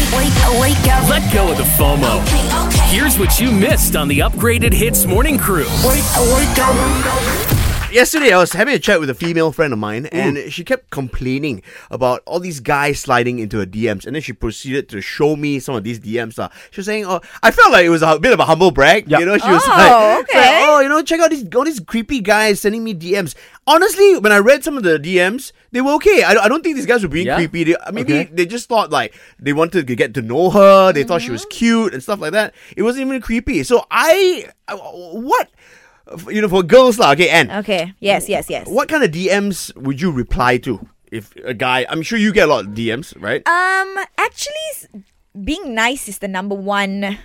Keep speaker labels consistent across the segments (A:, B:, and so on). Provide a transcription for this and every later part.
A: wake up.
B: Let go of the FOMO. Here's what you missed on the upgraded Hits Morning Crew.
C: Yesterday, I was having a chat with a female friend of mine, and she kept complaining about all these guys sliding into her DMs. And then she proceeded to show me some of these DMs. lah. She was saying, "Oh, I felt like it was a bit of a humble brag." You know, she was
A: Oh,
C: like,
A: okay.
C: like, "Oh, you know, check out these all these creepy guys sending me DMs." Honestly, when I read some of the DMs, they were okay. I, don't- I don't think these guys were being
B: Yeah.
C: creepy. They, uh, maybe
B: Okay.
C: they just thought like they wanted to get to know her. They thought she
A: Mm-hmm.
C: was cute and stuff like that. It wasn't even creepy. So I, I- what. You know, for girls, lah. Okay, and
A: Okay. Yes, yes, yes.
C: what kind of DMs would you reply to if a guy? I'm sure you get a lot of DMs, right?
A: Um, actually, s- being nice is the number one,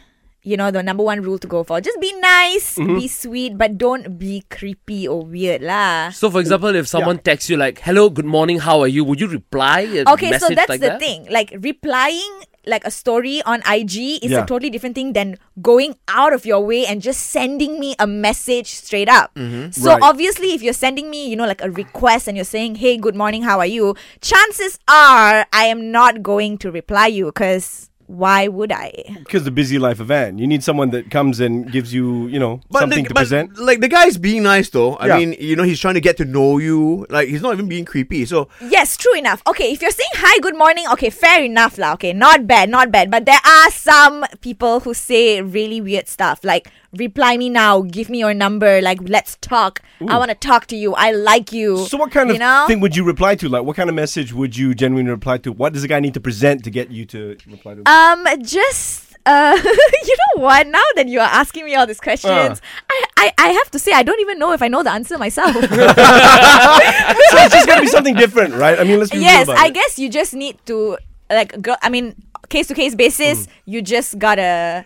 A: you know, the number one rule to go for. Just be nice, be sweet, but don't be creepy or weird lah.
B: So, for example, if someone texts you like, hello, good morning, how are you? Would you reply? a
A: Okay, so
B: message
A: that's
B: like
A: the
B: that?
A: thing. Like replying like a story on IG is a
C: Yeah.
A: totally different thing than going out of your way and just sending me a message straight up.
B: Mm-hmm.
A: So
C: Right.
A: obviously if you're sending me, you know, like a request and you're saying, "Hey, good morning, how are you?" chances are I am not going to reply you cuz why would I?
D: Because the busy life of Anne. You need someone that comes and gives you, you know, something
C: the,
D: to present.
C: like the guy's being nice though. I
D: Yeah.
C: mean, you know, he's trying to get to know you. Like he's not even being creepy. So
A: Yes, true enough. Okay, if you're saying hi, good morning, okay, fair enough lah. Okay, not bad, not bad. But there are some people who say really weird stuff like reply me now, give me your number, like let's talk. I want to talk to you. I like you.
D: So what kind
A: you
D: of
A: know?
D: thing would you reply to? Like what kind of message would you genuinely reply to? What does the guy need to present to get you to reply to?
A: Um, just uh, you know what? Now that you are asking me all these questions,
D: Uh.
A: I, I I have to say I don't even know if I know the answer myself.
D: so it's just gonna be something different, right? I mean let's be real
A: yes,
D: about
A: I
D: it.
A: guess you just need to like girl. I mean, case to case
D: Mm.
A: basis, you just gotta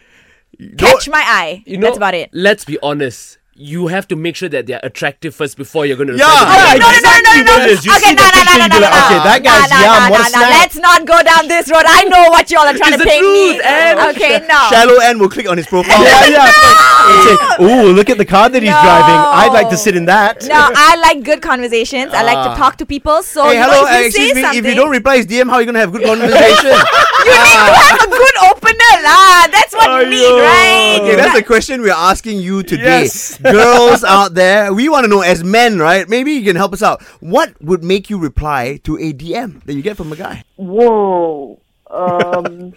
A: catch my eye.
B: You know,
A: That's about it.
B: Let's be honest. You have to make sure that they're attractive first before you're going to.
C: Yeah,
A: No, no, no, no, no, no.
D: what it is. You
A: Okay,
D: see
A: no,
D: the
A: no, no,
D: picture,
A: no,
D: you
A: no,
D: be like,
A: no.
D: okay, that
A: No,
D: guy's
A: no, no,
D: yum, what a
A: no, no.
D: snack.
A: Let's not go down this road. I know what y'all are trying to
B: It's the
A: paint me.
B: truth, Em.
A: Okay, no.
C: shallow end will click on his profile.
D: yeah, yeah. oh, look at the car that he's
A: No.
D: driving. I'd like to sit in that.
A: No, I like good conversations. I like to
D: Ah.
A: talk to people. So you
C: Hey,
A: know,
C: hello.
A: if you
C: uh,
D: eh,
C: excuse
A: say
C: me.
A: something,
C: If you don't reply his DM, how are you gonna have good conversation?
A: you need
D: Ah.
A: to have a good opener, lah. That's what you need,
D: Aiyo.
A: right?
C: Okay, that's the question we're asking you today.
D: Yes.
C: Girls out there, we want to know as men, right? Maybe you can help us out. What would make you reply to a DM that you get from a guy?
E: Whoa. Um,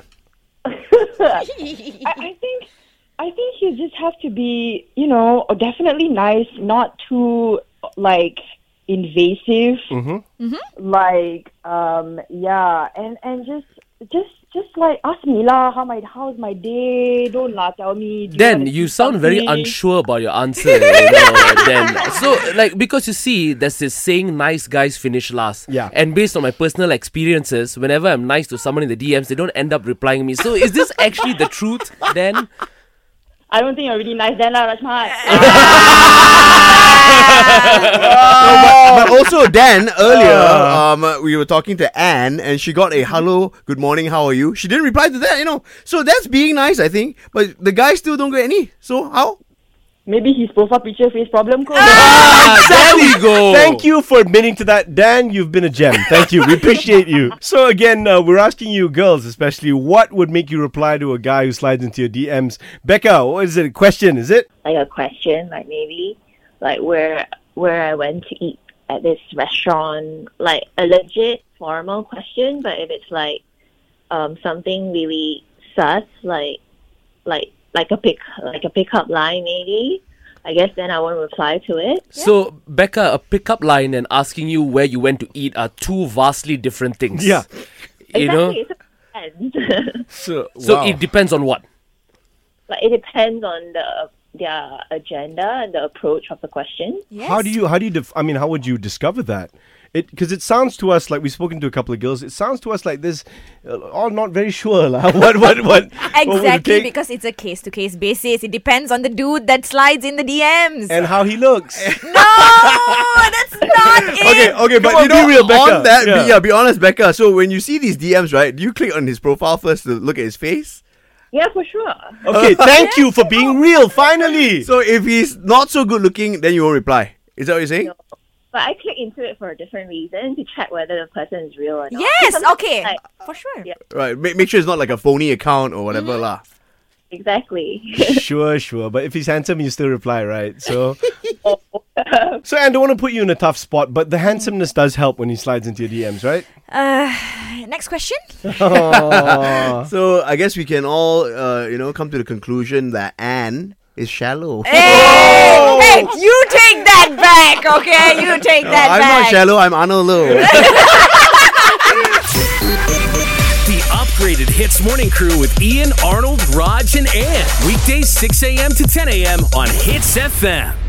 E: I, I think I think you just have to be, you know, definitely nice, not too like invasive. Mm-hmm. Like, um, yeah, and and just just just like ask me lah, how my how's my day? Don't lah tell me. do
B: Then
E: wanna
B: you
E: do
B: sound very
E: something?
B: unsure about your answer. you know, then so like because you see, there's this saying, "Nice guys finish last."
D: Yeah.
B: And based on my personal experiences, whenever I'm nice to someone in the DMs, they don't end up replying me. So is this actually the truth? Then
E: I don't think you're really nice then lah, Rajma.
A: Ah,
C: but also Dan earlier, um, Oh. uh, we were talking to Anne, and she got a hello, good morning, how are you? She didn't reply to that, you know. So that's being nice, I think. But the guys still don't get any. So how?
E: Maybe his profile picture face problem. kot.
B: there we go.
D: Thank you for admitting to that, Dan. You've been a gem. Thank you. We appreciate you. So again, uh, we're asking you girls, especially, what would make you reply to a guy who slides into your DMs? Becca, what is it? A question? Is it?
F: like a question, like maybe like where where I went to eat at this restaurant, like a legit formal question. But if it's like um, something really sus, like like like a pick like a pickup line, maybe I guess then I won't reply to it.
B: So, Becca, a pickup line and asking you where you went to eat are two vastly different things.
D: Yeah.
B: You know?
F: exactly, it depends.
D: So,
B: So, it depends on what?
F: like it depends on the their agenda and the approach of the question.
D: How do you how do you def- I mean how would you discover that? It because it sounds to us like we've spoken to a couple of girls. It sounds to us like this, uh, all not very sure. Like, what what what? what would it
A: Exactly,
D: take
A: because it's a case to case basis. It depends on the dude that slides in the DMs.
D: and how he looks.
A: no, that's not it.
C: Okay, okay, but
D: on,
C: you know,
D: be real, Becca.
C: on that,
D: Yeah.
C: Be, yeah, be honest, Becca. So when you see these DMs, right, do you click on his profile first to look at his face?
F: Yeah, for sure.
D: okay, thank you for being real. Finally.
C: So if he's not so good looking, then you won't reply. Is that what you're saying?
F: But I click into it for a different reason to check whether the person is real or not.
A: Yes,
F: Sometimes,
A: okay.
F: like,
A: For sure.
F: Yeah.
C: Right. Make, make sure it's not like a phony account or whatever lah.
F: exactly.
D: sure, sure. But if he's handsome, you still reply, right? So, so I don't want to put you in a tough spot, but the handsomeness does help when he slides into your DMs, right?
A: Uh, next question.
C: So I guess we can all, uh, you know, come to the conclusion that Anne is shallow.
A: Hey, hey, you take that back, okay? You take that
C: I'm
A: back.
C: not shallow. I'm Arnold Low.
B: The upgraded Hits Morning Crew with Ian, Arnold, Raj, and Ann. Weekdays 6 a.m. to 10 a.m. on Hits FM.